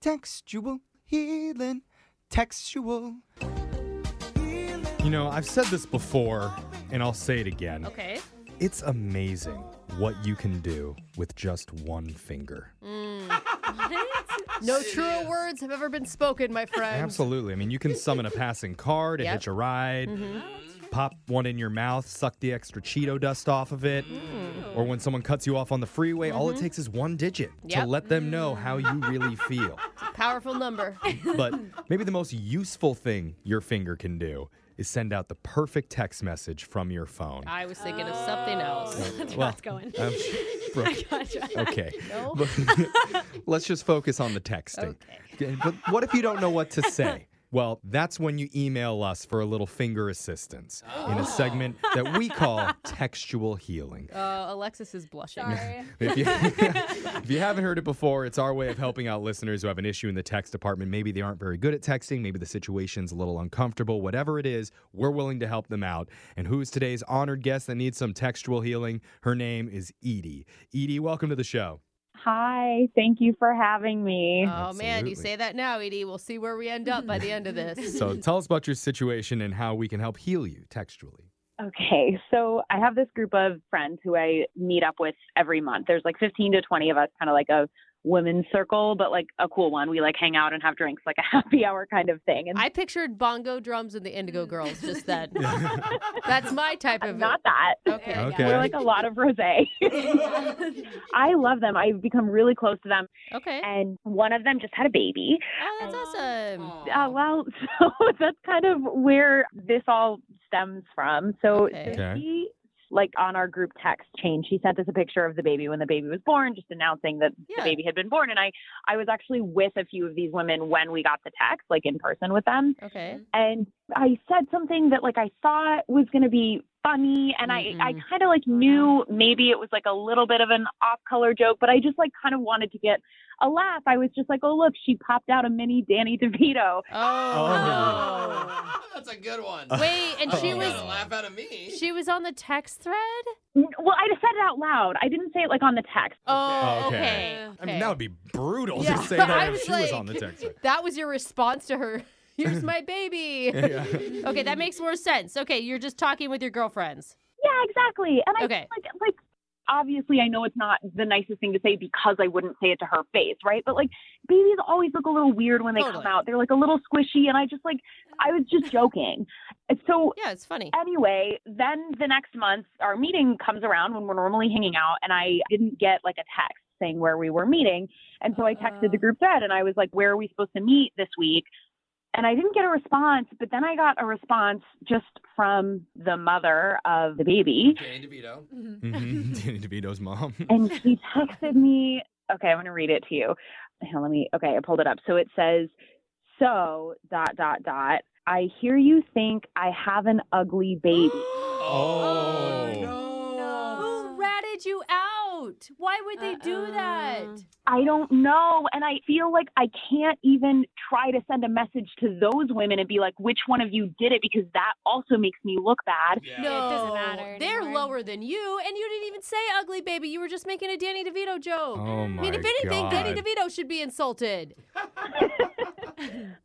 Textual healing. Textual. You know, I've said this before, and I'll say it again. Okay. It's amazing what you can do with just one finger. Mm. No truer words have ever been spoken, my friend. Absolutely. I mean, you can summon a passing card, it Yep. Mm-hmm. hitch a ride, pop one in your mouth, suck the extra Cheeto dust off of it, or when someone cuts you off on the freeway, all it takes is one digit to Yep. let them know how you really feel. Powerful number. But maybe the most useful thing your finger can do is send out the perfect text message from your phone. I was thinking of something else. That's where Well, it's going. Um, Brooke, Gotcha. okay. But Let's just focus on the texting. Okay. But what if you don't know what to say? Well, that's when you email us for a little finger assistance Oh. in a segment that we call textual healing. Uh, Alexis is blushing. If you, if you haven't heard it before, it's our way of helping out listeners who have an issue in the text department. Maybe they aren't very good at texting. Maybe the situation's a little uncomfortable. Whatever it is, we're willing to help them out. And who is today's honored guest that needs some textual healing? Her name is Edie. Edie, welcome to the show. Hi, thank you for having me. Oh man, Absolutely. you say that now, Edie. We'll see where we end up by the end of this. So tell us about your situation and how we can help heal you textually. Okay, so I have this group of friends who I meet up with every month. There's like 15 to 20 of us, kind of like a women's circle, but like a cool one. We like hang out and have drinks, like a happy hour kind of thing. And I pictured bongo drums and the Indigo Girls just then. That's my type of not that. Okay. There you Okay. go. We're like a lot of rosé. I love them. I've become really close to them, Okay. and one of them just had a baby. Oh, that's awesome. Uh, well, so that's kind of where this all stems from. So, Okay. so Okay. she, like on our group text chain, she sent us a picture of the baby when the baby was born, just announcing that Yeah. the baby had been born. And I, I was actually with a few of these women when we got the text, like in person with them. Okay. And I said something that like I thought was going to be funny, and I, I Mm-hmm. kind of like knew maybe it was like a little bit of an off-color joke, but I just like kind of wanted to get a laugh. I was just like, oh look, she popped out a mini Danny DeVito. Oh. That's a good one. no. Wait, and she Oh. was gotta laugh out of me. she was on the text thread. Well, I said it out loud. I didn't say it like on the text. Oh, Okay. okay. I mean, that would be brutal Yeah. to say I that if was she was like- on the text. right? That was your response to her. Here's my baby. Yeah. Okay, that makes more sense. Okay, you're just talking with your girlfriends. Yeah, exactly. And I Okay. like like obviously I know it's not the nicest thing to say because I wouldn't say it to her face, right? But like babies always look a little weird when they Totally. come out. They're like a little squishy and I just like I was just joking. So Yeah, it's funny. anyway, then the next month our meeting comes around when we're normally hanging out and I didn't get like a text saying where we were meeting. And so I texted the group thread and I was like, Where are we supposed to meet this week? And I didn't get a response, but then I got a response just from the mother of the baby. Danny DeVito. Mhm. Danny DeVito's mom. Oh. And she texted me, okay, I'm going to read it to you. Here, let me, okay, I pulled it up. So it says, so dot, dot, dot. I hear you think I have an ugly baby. Oh. Who ratted you out? Why would they Uh-uh. do that? I don't know. And I feel like I can't even try to send a message to those women and be like, which one of you did it? Because that also makes me look bad. Yeah. No, It doesn't matter They're anymore. lower than you, and you didn't even say ugly baby. You were just making a Danny DeVito joke. Oh my I mean, if anything, God. Danny DeVito should be insulted.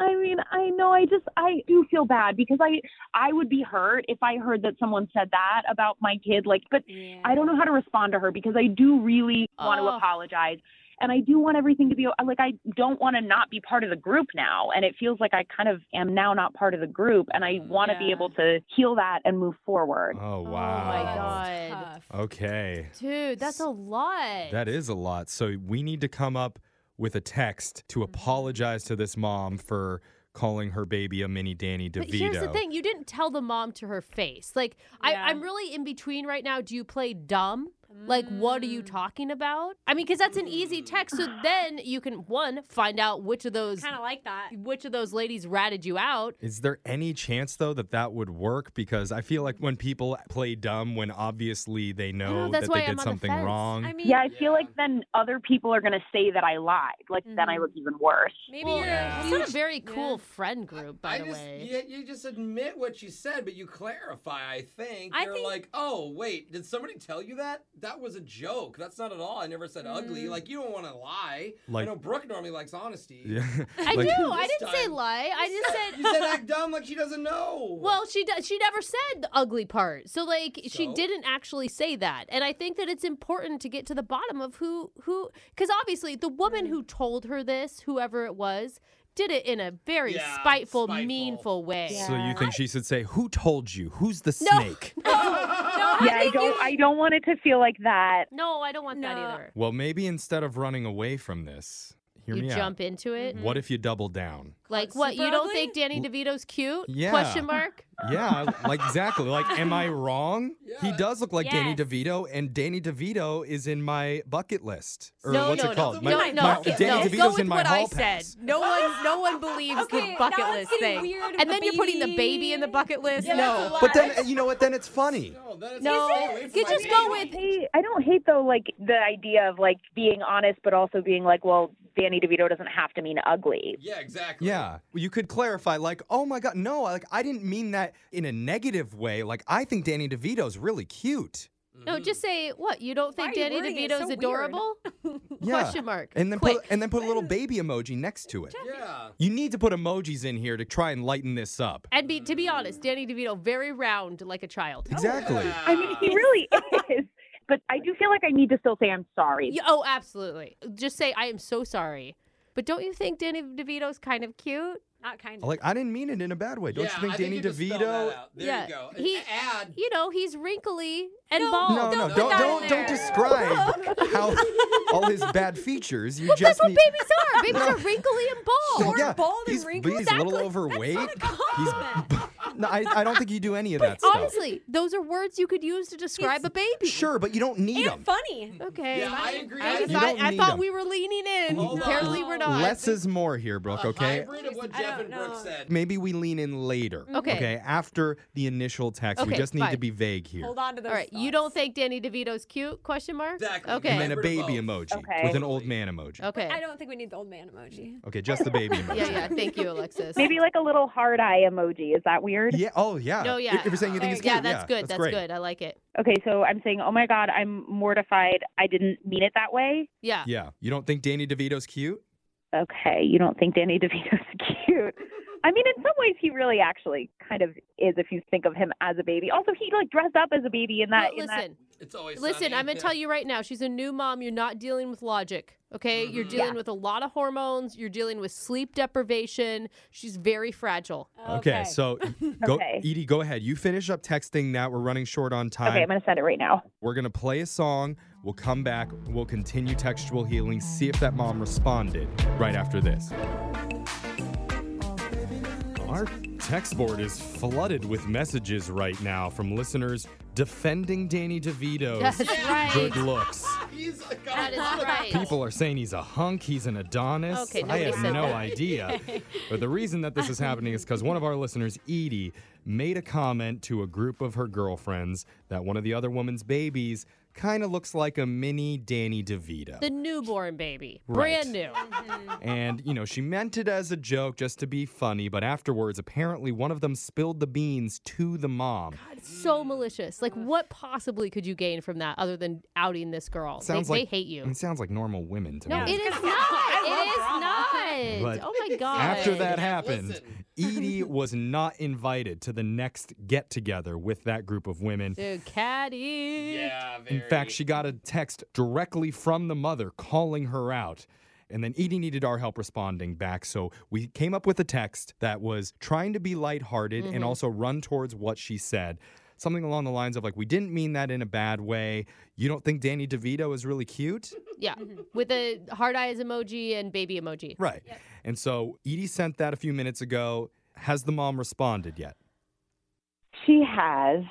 I mean, I know I just I do feel bad because I I would be hurt if I heard that someone said that about my kid like but Yeah. I don't know how to respond to her because I do really want to Ugh. apologize. And I do want everything to be like, I don't want to not be part of the group now. And it feels like I kind of am now not part of the group. And I want to be Mm, Yeah. able to heal that and move forward. Oh, wow. my God. Okay. Dude, that's a lot. That is a lot. So we need to come up with a text to Mm-hmm. apologize to this mom for calling her baby a mini Danny DeVito. But here's the thing you didn't tell the mom to her face. Like, Yeah. I, I'm really in between right now. Do you play dumb? Mm. Like, what are you Mm. talking about? I mean, because that's an easy text. So then you can, one, find out which of those. Kind of like that. Which of those ladies ratted you out? Is there any chance though that that would work? Because I feel like when people play dumb, when obviously they know, that's that why they I'm on did the something fence. wrong. I mean, Yeah, I feel like then other people are going to say that I lied. Like, then I Mhm. look even worse. maybe Well, you're yeah. a It's huge not a very cool yeah. friend group, by I the just, way. Yeah, you just admit what you said, but you clarify. I think I you're think- like, oh wait, did somebody tell you that? that was a joke. That's not at all. I never said Mm-hmm. ugly. Like you don't want to lie. Like- I know Brooke normally likes honesty. Yeah. I Like- do. I This didn't say time- lie. I just said. You said act dumb like she doesn't know. Well, she does, she never said the ugly part. So like she So? didn't actually say that. And I think that it's important to get to the bottom of who who cuz obviously the woman who told her this, whoever it was, did it in a very Yeah, spiteful, spiteful. meanful way. So you think she should say, "Who told you? Who's the No. snake?" No, yeah, I don't. I don't want it to feel like that. No, I don't want that No. either. Well, maybe instead of running away from this, hear You me jump into it. out. What if you double down? Like Mm-hmm. Super what? You don't ugly? think Danny DeVito's cute? Yeah. Question mark. Yeah, like exactly. Like, am I wrong? He Yeah. does look like Danny Yes. DeVito, and Danny DeVito is in my bucket list. Or No, what's no, it no. called? No, my, no, my- no. Danny no. DeVito's Go with in my what hall I pass. said. No one, no one believes the bucket list thing. And then you're putting the baby in the bucket list. Yeah, that's a no. lot. But then uh, you know what? Then it's funny. No, that is No, Stay away from you my just baby. go with- Hey, I don't hate though, like the idea of like being honest, but also being like, well, Danny DeVito doesn't have to mean ugly. Yeah, exactly. Yeah, you could clarify, like, oh my god, no, like I didn't mean that in a negative way. Like, I think Danny DeVito's really cute. Mm-hmm. No, just say what? You don't Why think are you Danny wording it DeVito's so weird? adorable? Yeah. Question mark. And then Quick. put and then put a little baby emoji next to it. Yeah. You need to put emojis in here to try and lighten this up. And be, to be honest, Danny DeVito very round like a child. Exactly. I mean, he really is. But I do feel like I need to still say I'm sorry. Yeah, oh, absolutely. Just say I am so sorry. But don't you think Danny DeVito's kind of cute? Not kind of. Like I didn't mean it in a bad way. Don't Yeah, you I think Danny just spelled that DeVito? out. There Yeah, you go. he- An ad. You know, he's wrinkly and No, bald. No, no, Don't put don't that don't in don't there. describe how all his bad features. You just That's what need. babies are. Babies are wrinkly and bald. Well, yeah, bald and he's, wrinkled. he's a little overweight. He's compliment. no, I, I don't think you do any of that stuff. Honestly, those are words you could use to describe a baby. Sure, but you don't need And them. funny. Okay. Yeah, I agree. I, I just agree. You thought, don't I need thought them. we were leaning in. Hold Apparently, on. we're not. Less is more here, Brooke. A Okay. hybrid of what I Jeff don't and Brooke know. said. Maybe we lean in later. Okay. After the initial text, we Okay, just need to fine. be vague here. Hold on to those. All right, you don't think Danny DeVito's cute? Question mark. Exactly. And Okay. then a Hybrid of baby both. emoji Okay. with an old man emoji. okay. I don't think we need the old man emoji. Okay, just the baby emoji. yeah, yeah. Thank you, Alexis. Maybe like a little hard eye emoji. Is that weird? Yeah. Oh, yeah. No, yeah. If, if you're saying you think There it's yeah, cute, that's good. That's, great. good. I like it. Okay, so I'm saying, oh my God, I'm mortified. I didn't mean it that way. Yeah. Yeah. You don't think Danny DeVito's cute? Okay, you don't think Danny DeVito's cute. I mean, in some ways, he really actually kind of is if you think of him as a baby. Also, he like dressed up as a baby in that. Well, in that- listen, It's always listen. sunny. I'm gonna tell you right now. She's a new mom. You're not dealing with logic. Okay. Mm-hmm. You're Mhm. dealing with a lot of hormones. You're dealing with sleep deprivation. She's very fragile. Okay. so go, Okay. Edie, go ahead. You finish up texting that. We're running short on time. okay, I'm going to send it right now. We're going to play a song. We'll come back. We'll continue textual healing, see if that mom responded right after this. Our text board is flooded with messages right now from listeners defending Danny DeVito's That's right. good looks. He's a That is right. People are saying he's a hunk, he's an Adonis. Okay, I nobody have said no that. idea. But the reason that this is happening is because one of our listeners, Edie, made a comment to a group of her girlfriends that one of the other woman's babies kind of looks like a mini Danny DeVito. The newborn baby, Right. brand new. And, you know, she meant it as a joke just to be funny, but afterwards, apparently, one of them spilled the beans to the mom. It's so malicious. Like, what possibly could you gain from that other than outing this girl? They, Sounds they like- hate I you. mean, It sounds like normal women to No, me. it is not. I It is not. But oh my god. After that Yeah, happened, Edie was not invited to the next get together with that group of women. Dude, Caddy. Yeah, very. In fact, she got a text directly from the mother calling her out. And then Edie needed our help responding back. So we came up with a text that was trying to be lighthearted and also run towards what she said. Something along the lines of, like, we didn't mean that in a bad way. You don't think Danny DeVito is really cute? Yeah, with a hard eyes emoji and baby emoji. Right. And so Edie sent that a few minutes ago. Has the mom responded yet? She has.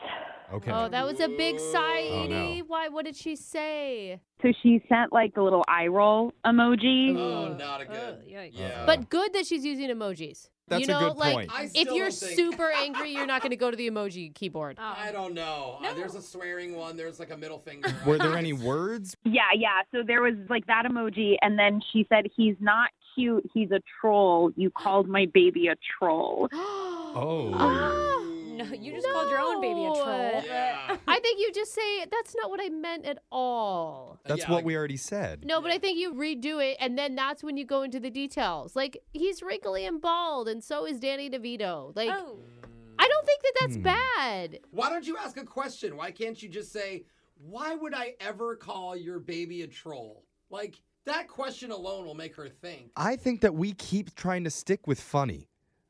Okay. Oh, that was a big sigh, Oh, no. Edie. Why? What did she say? So she sent like the little eye roll emoji. Oh, not a good. yeah. Uh, But good that she's using emojis. Oh. That's you a know, good like point. I if still you're don't think- super angry, you're not going to go to the emoji keyboard. Oh. I don't know. Uh, there's a swearing one. There's like a middle finger. Were there any words? Yeah, yeah. So there was like that emoji, and then she said, "He's not cute. He's a troll. You called my baby a troll." Oh. Ah, No, you just called your own baby a troll. Yeah. I think you just say that's not what I meant at all. That's Yeah, what like- we already said. Uh, No, but I think you redo it, and then that's when you go into the details. Like he's wrinkly and bald, and so is Danny DeVito. Like oh, I don't think that that's Hmm. bad. Why don't you ask a question? Why can't you just say, "Why would I ever call your baby a troll?" Like that question alone will make her think. I think that we keep trying to stick with funny.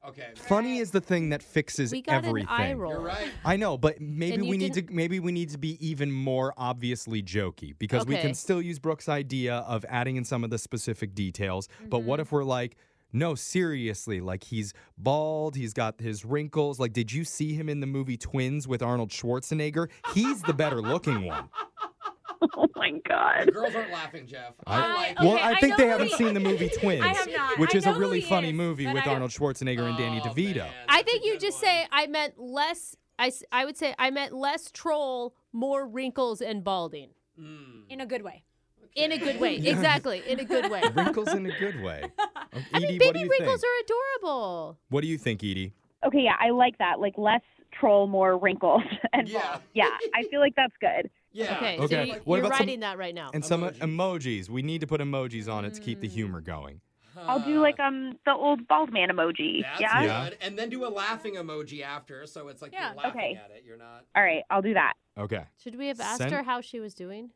Okay, Funny is the thing that fixes We got everything. an eye roll. you're right. I know, but maybe And you we need to maybe we need to be even more obviously jokey because we Okay. can still use Brooke's idea of adding in some of the specific details. But Mm-hmm. what if we're like, no, seriously, like he's bald, he's got his wrinkles. Like, did you see him in the movie Twins with Arnold Schwarzenegger? He's the better looking one. Oh my god. The girls aren't laughing, Jeff. I- I, like okay, well, I I think know they who haven't he- seen the movie Twins, I have not. which I is a know who really he funny is, movie but with I- Arnold Schwarzenegger and Danny Oh, DeVito. man, I that's a think you good just one. say I meant less. I, s- I would say I meant less troll, more wrinkles and balding. Mm, in a good way. In a good way, Yeah. exactly. In a good way. Wrinkles in a good way. I Edie, mean, what do baby you wrinkles think? are adorable. What do you think, Edie? Okay, yeah, I like that. Like less troll, more wrinkles and Yeah. bald. Yeah, I feel like that's good. Yeah. Okay, Okay. so you, What are about some- writing that right now. And some uh, emojis. We need to put emojis on it to keep the humor going. I'll do like um the old bald man emoji. That's Yeah. Yeah. good. And then do a laughing emoji after, so it's like Yeah. you're laughing Okay. at it. You're not. All right, I'll do that. Okay. Should we have asked Send- her how she was doing?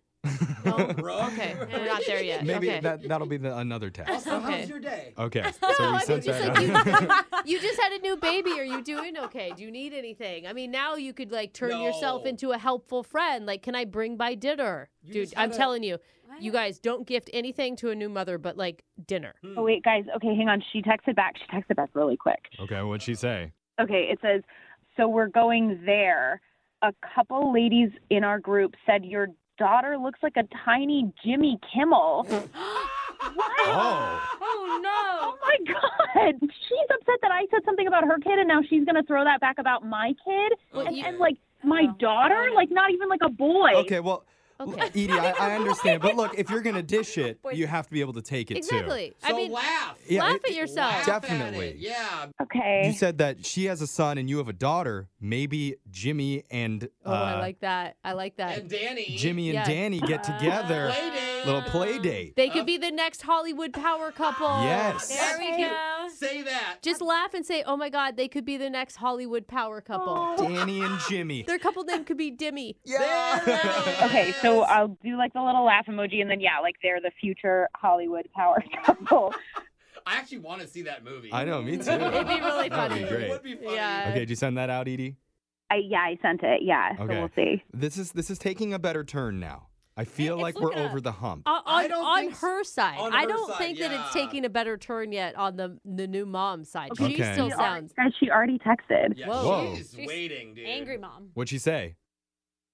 No. Brooke. Okay, we're not there yet. Maybe okay. that that'll be the another test. Also, Okay. how's your day? Okay. So we sent just that. like out. you just had a new baby. Are you doing okay? Do you need anything? I mean, now you could like turn yourself No. into a helpful friend. Like, can I bring by dinner? You Dude, just I'm had a- telling you, you guys don't gift anything to a new mother but like dinner. Hmm. Oh wait, guys. Okay, hang on. She texted back. She texted back really quick. okay. What'd she say? Okay, it says, so we're going there. A couple ladies in our group said your daughter looks like a tiny Jimmy Kimmel. Oh. Oh Oh my God. She's upset that I said something about her kid and now she's going to throw that back about my kid. Well, and, you- and like, my Oh. daughter? Like, not even like a boy. Okay. Well, l- Okay. Edie, I, I understand, but look, if you're gonna dish it, Boy. you have to be able to take it Exactly. So I mean, laugh. too. Yeah, laugh it- at yourself. Laugh Definitely. At it. Yeah. Okay. You said that she has a son and you have a daughter. Maybe Jimmy and uh, oh, I like that. I like that. And Danny. Jimmy and Yeah. Danny get together. Play date. Little play date. They uh, could be the next Hollywood power couple. Yes. There we Okay. go. Say that. Just laugh and say, "Oh my God, they could be the next Hollywood power couple." Oh. Danny and Jimmy. Their couple name could be Dimmy. There Okay, so I'll do like the little laugh emoji and then, yeah, like they're the future Hollywood power couple. I actually want to see that movie. I know, me too. It'd be really That'd be funny. great. It would be funny. Yeah. Okay, did you send that out, Edie? I, yeah, I sent it. Yeah, so Okay. we'll see. This is this is taking a better turn now. I feel it's like we're looking up. over the hump. On, I on, don't on think s- her side, on I her don't side, think that it's yeah. taking a better turn yet on the the new mom side. Okay. She Okay. still She sounds. Guys, she already texted. Yeah, Whoa. she's She's waiting, dude. Angry mom. What'd she say?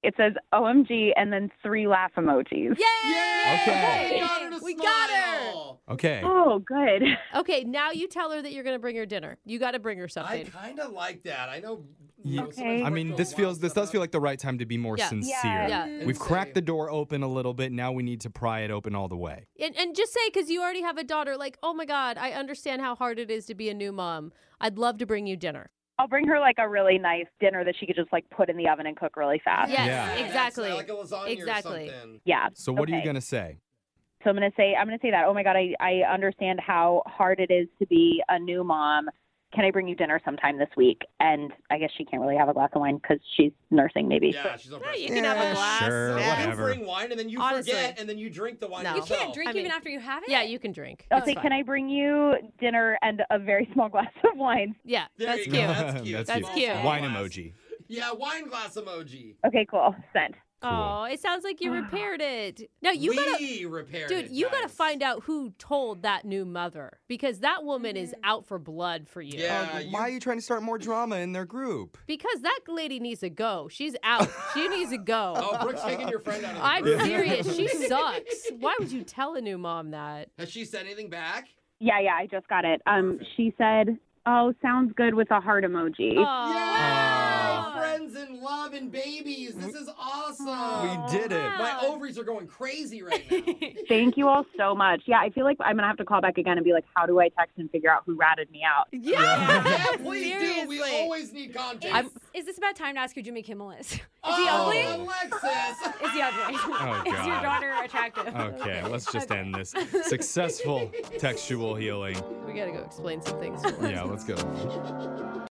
It says OMG and then three laugh emojis. Yay! Yay! Okay. We got her to We smile. got her. Okay. Oh, good. Okay, now you tell her that you're gonna bring her dinner. You got to bring her I something. kind of like that. I know. Yeah. You know, somebody Okay. I worked mean, a this lot feels this stuff does feel out. like the right time to be more Yeah. sincere. Yeah. Yeah, We've Insane. cracked the door open a little bit. Now we need to pry it open all the way. and and just say because you already have a daughter. Like, oh my God, I understand how hard it is to be a new mom. I'd love to bring you dinner. I'll bring her like a really nice dinner that she could just like put in the oven and cook really fast. Yes, Yeah. Yeah, exactly. Like a lasagna Exactly. or something. Yeah. So what are you Okay. gonna say? So I'm gonna say I'm gonna say that. Oh my god, I, I understand how hard it is to be a new mom. Can I bring you dinner sometime this week? And I guess she can't really have a glass of wine because she's nursing, maybe. Yeah, she's on you pressure. can have a Yeah, glass. Sure, Yeah, whatever. You bring wine and then you Honestly. forget and then you drink the wine. No. You You yourself. can't drink I mean- even after you have it. Yeah, you can drink. I'll It's say, fine. can I bring you dinner and a very small glass of wine? Yeah, There that's you cute. go. That's cute. That's That's cute. cute. Wine Glass. emoji. Yeah, wine glass emoji. Okay, cool. Sent. Cool. Oh, it sounds like you repaired it. No, you we gotta repaired Dude, it, you got to guys. find out who told that new mother because that woman is out for blood for you. Yeah, Uh, you- Why are you trying to start more drama in their group? Because that lady needs to go. She's out. she needs to go. Oh, Brooke's taking your friend out of the I'm group. serious. She sucks. Why would you tell a new mom that? Has she said anything back? Yeah, yeah, I just got it. Um, she said, "Oh, sounds good" with a heart emoji. Oh, Yeah, friends and love and babies. This is awesome. We did it. My ovaries are going crazy right now. Thank you all so much. Yeah, I feel like I'm gonna have to call back again and be like, how do I text and figure out who ratted me out? yeah, please do. We Seriously. always need context. Is, is this about time to ask who Jimmy Kimmel is? Is he oh, ugly? Alexis. Is he ugly? Oh, is your God. Oh, daughter attractive? Okay, let's just end this. Successful textual healing. We gotta go explain some things. to her. Yeah, let's go.